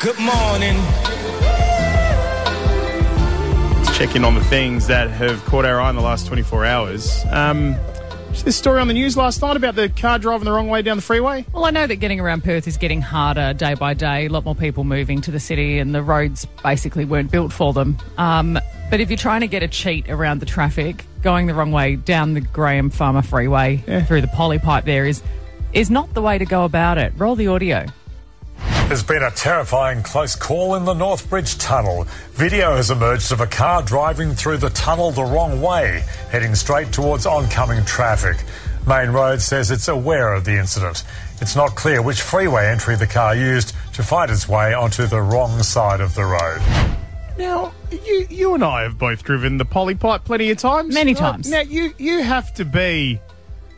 Good morning. Let's check in on the things that have caught our eye in the last 24 hours. Um, just this story on the news last night about the car driving the wrong way down the freeway. Well, I know that getting around Perth is getting harder day by day. A lot more people moving to the city, and the roads basically weren't built for them. Um, but if you're trying to get a cheat around the traffic, going the wrong way down the Graham Farmer Freeway through the Polly Pipe there is is not the way to go about it. Roll the audio. There's been a terrifying close call in the Northbridge Tunnel. Video has emerged of a car driving through the tunnel the wrong way, heading straight towards oncoming traffic. Main Road says it's aware of the incident. It's not clear which freeway entry the car used to find its way onto the wrong side of the road. Now, you you and I have both driven the poly pipe plenty of times. Many Right? times. Now you you have to be,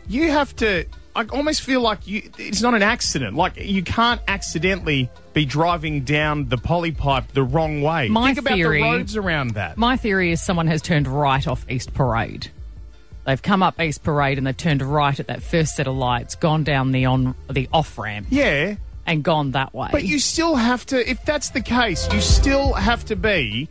you have to. I almost feel like you. It's not an accident. Like you can't accidentally be driving down the poly pipe the wrong way. My Think about theory- the roads around that. My theory is someone has turned right off East Parade. They've come up East Parade and they've turned right at that first set of lights, gone down the on the off ramp, yeah, and gone that way. but you still have to. If that's the case, you still have to be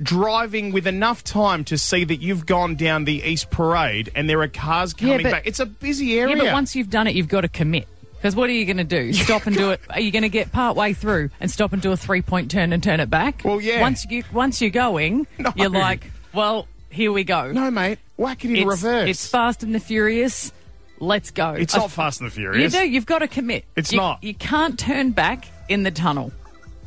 driving with enough time to see that you've gone down the East Parade and there are cars coming but- back. It's a busy area. Yeah, but once you've done it, you've got to commit. Because what are you going to do? Stop and do it? Are you going to get part way through and stop and do a three point turn and turn it back? Well, yeah. Once you once you're going, No. you're like, well, here we go. No, mate. Whack it in it's, reverse. It's Fast and the Furious. Let's go. It's I- not Fast and the You Furious. do. You've got to commit. It's You- not. You can't turn back in the tunnel.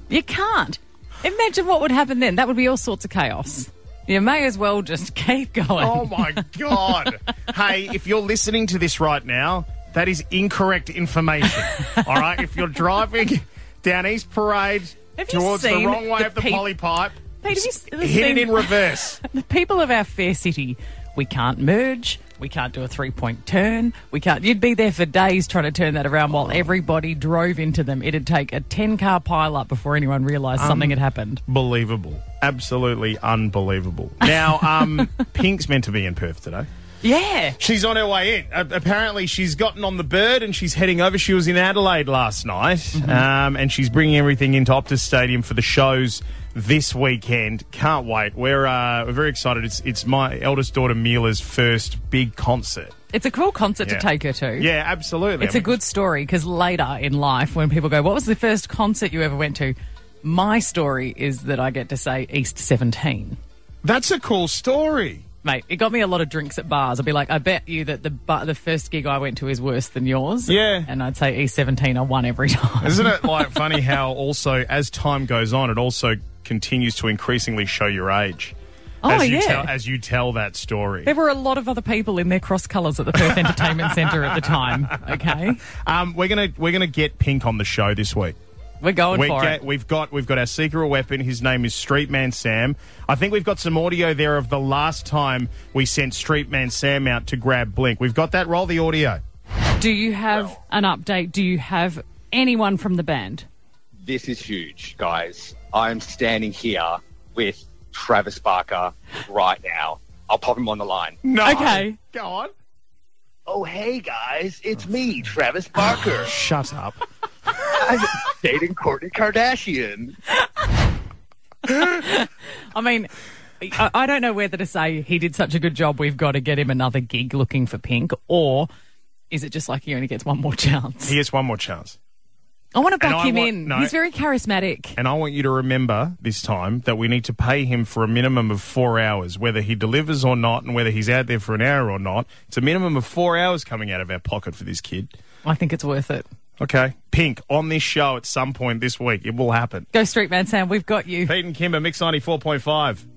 You can't. Imagine what would happen then. That would be all sorts of chaos. You may as well just keep going. Oh my god! hey, if you're listening to this right now, that is incorrect information. All right, if you're driving down East Parade Have you towards the seen wrong way the of the peop- poly pipe, Pete, have you s- s- hit seen- it in reverse. the people of our fair city, we can't merge. We can't do a three point turn. We can't. You'd be there for days trying to turn that around while everybody drove into them. It'd take a 10 car pile up before anyone realised Um, something had happened. Believable, absolutely unbelievable. Now, um, Pink's meant to be in Perth today. Yeah. She's on her way in. A- apparently, she's gotten on the bird and she's heading over. She was in Adelaide last night, um, and she's bringing everything into Optus Stadium for the shows this weekend. Can't wait. We're uh, we're very excited. It's it's my eldest daughter Mila's first big concert. It's a cool concert Yeah. to take her to. Yeah, absolutely. It's I a mean, good story because later in life, when people go, What was the first concert you ever went to? My story is that I get to say East 17. That's a cool story. Mate, it got me a lot of drinks at bars. I'd be like, I bet you that the bar, the first gig I went to is worse than yours. Yeah. And I'd say E E17, I won every time. Isn't it like funny how also as time goes on, it also continues to increasingly show your age. Oh, as you yeah. tell, as you tell that story. There were a lot of other people in their cross colours at the Perth Entertainment Centre at the time. Okay. Um, we're gonna we're gonna get Pink on the show this week. We're going We for ga- it. we've got we've got our secret weapon. His name is Streetman Sam. I think we've got some audio there of the last time we sent Streetman Sam out to grab Blink. We've got that. Roll the audio. Do you have an update? Do you have anyone from the band? this is huge, guys. I'm standing here with Travis Barker right now. I'll pop him on the line. No. Okay. Go on. Oh, hey, guys. It's me, Travis Barker. Shut up. I'm dating Courtney Kardashian. I mean, I, I don't know whether to say he did such a good job, we've got to get him another gig looking for Pink, or is it just like he only gets one more chance? Here's one more chance, I want to And back I him want- in. no. He's very charismatic. and I want you to remember this time that we need to pay him for a minimum of four hours, whether he delivers or not, and whether he's out there for an hour or not. It's a minimum of four hours coming out of our pocket for this kid. I think it's worth it. Okay, Pink on this show at some point this week. It will happen. Go Street Man Sam, we've got you. Pete and Kimber, Mix 94.5.